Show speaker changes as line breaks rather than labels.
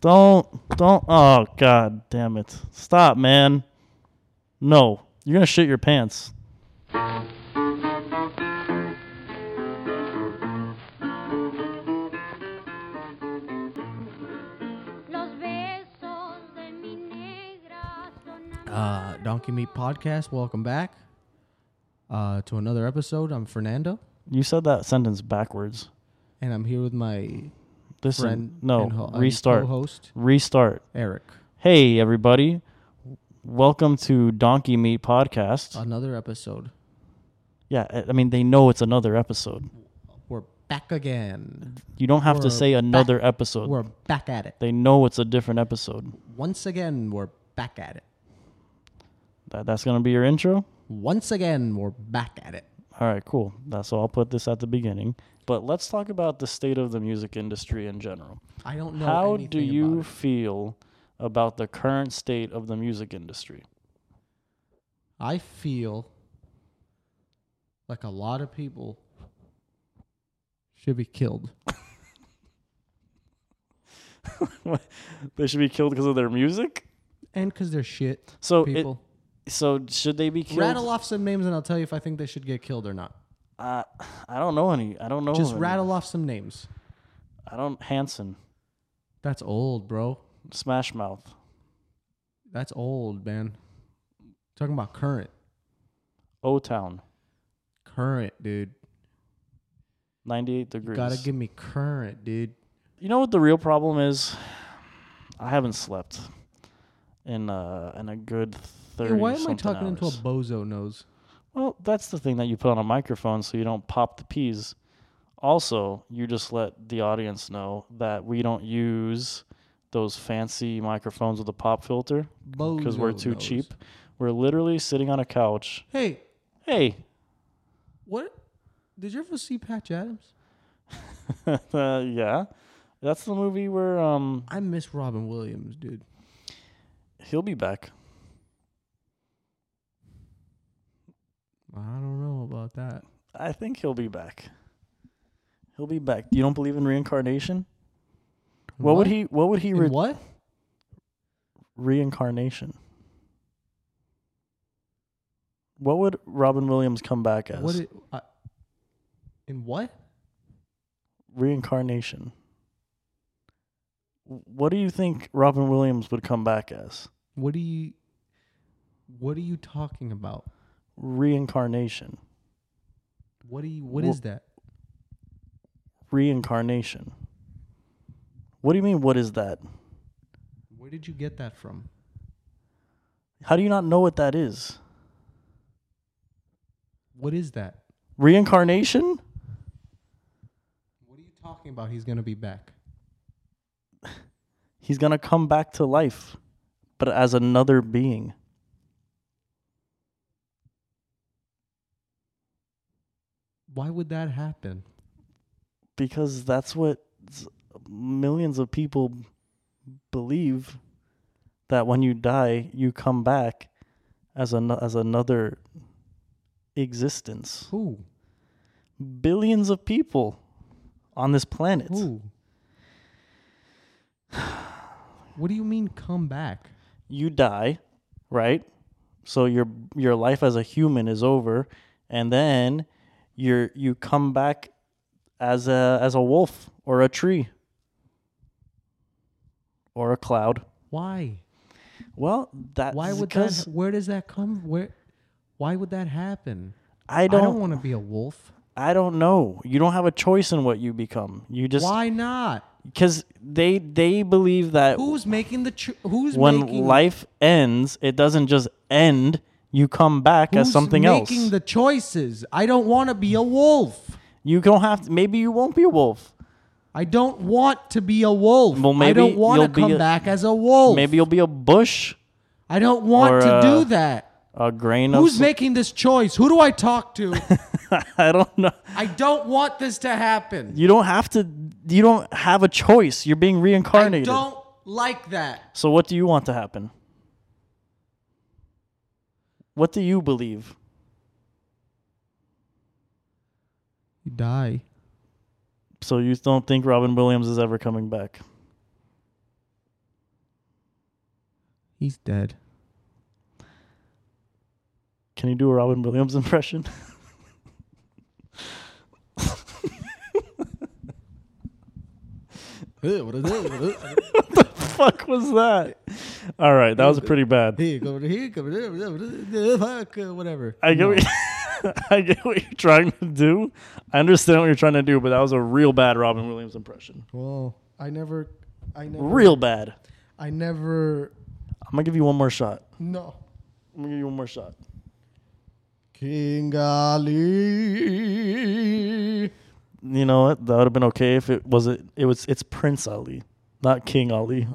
Don't don't oh god damn it. Stop, man. No. You're gonna shit your pants.
Uh, Donkey Meat Podcast, welcome back uh, to another episode. I'm Fernando,
You said that sentence backwards.
and I'm here with my
This
friend.
no
and ho- and
restart.
co-host
Restart.
Eric.
Hey everybody. Welcome to Donkey Meat Podcast.
Another episode.
yeah, I- I mean they know it's another episode.
We're back again.
You don't have
We're
to say
back-
another episode.
We're back at it
they know it's a different episode.
once again. We're back at it
That, that's gonna be your intro?
once again. We're back at it.
All right, cool. That's so I'll put this at the beginning. But let's talk about the state of the music industry in general.
I don't know.
How
anything
do
about
you
it.
feel about the current state of the music industry?
I feel like a lot of people should be killed.
they should be killed because of their music.
And because they're shit
So, it,
people.
so should they be killed?
rattle off some names and I'll tell you if I think they should get killed or not.
Uh, I don't know any. Oh, I don't know.
Just
any.
rattle off some names.
I don't. Hanson,
That's old, bro.
Smash Mouth.
That's old, man. Talking about current.
O Town,
Current, dude.
98
You
Degrees.
gotta give me current, dude.
You know what the real problem is? I haven't slept in uh in a good
Hey,
thirty.
why am I
something
talking into a
hours.
bozo nose?
Well, that's the thing that you put on a microphone so you don't pop the peas. Also, you just let the audience know that we don't use those fancy microphones with a pop filter
Bozo
because we're too
nose.
cheap. We're literally sitting on a couch.
Hey,
Hey,
what? Did you ever see Patch Adams?
uh, yeah, that's the movie where um
I miss Robin Williams, dude.
he'll be back.
I don't know about that.
I think he'll be back. He'll be back. You don't believe in reincarnation? What, would he? What would he?
In
Re-
what?
reincarnation. What would Robin Williams come back as?
What? It, I, in what?
reincarnation. What do you think Robin Williams would come back as?
What are you? What are you talking about?
Reincarnation.
What do you? What
Wha-
is that?
Reincarnation. What do you mean? What is that?
Where did you get that from?
How do you not know what that is?
What is that?
Reincarnation?
What are you talking about? He's gonna be back.
He's gonna come back to life, but as another being.
Why would that happen?
because that's what s- millions of people believe that when you die you come back as an as another existence
Who?
billions of people on this planet
Who? what do you mean come back?
you die right so your your life as a human is over and then you're you come back as a as a wolf or a tree or a cloud
Why?
Well, that's
Why would that?
Uh, because
Where does that come? Where? Why would that happen?
I
I don't
don't
want to be a wolf.
I don't know. You don't have a choice in what you become. You just
Why not?
cuz they they believe that
Who's making the? Cho- who's
when
making
life ends, it doesn't just end. You come back as
Who's
something
making
else.
the choices? I don't want to be a wolf.
you don't have to, maybe you won't be a wolf.
I don't want to be a wolf.
Well,
I
maybe
don't want to
you'll be
come
a-
back as a wolf.
Maybe you'll be a bush,
I don't want
or,
to
uh,
do that.
a grain
Who's
of
making this choice? Who do I talk to?
I don't know.
I don't want this to happen.
You don't have to you don't have a choice. You're being
I
reincarnated.
don't like that.
So what do you want to happen? What do you believe?
You die.
So you don't think Robin Williams is ever coming back?
He's dead.
Can you do a Robin Williams impression?
what is it?
Fuck was that? All right, that was pretty bad.
Here, go over here, go over there, fuck, uh, whatever.
I get what, I get what you're trying to do. I understand what you're trying to do, but that was a real bad Robin Williams impression.
Well, I never, I never,
Real bad.
I never,
I'm gonna give you one more shot.
no.
I'm gonna give you one more shot.
King Ali.
You know what? That would have been okay if it was it. It was. It's Prince Ali, not King Ali.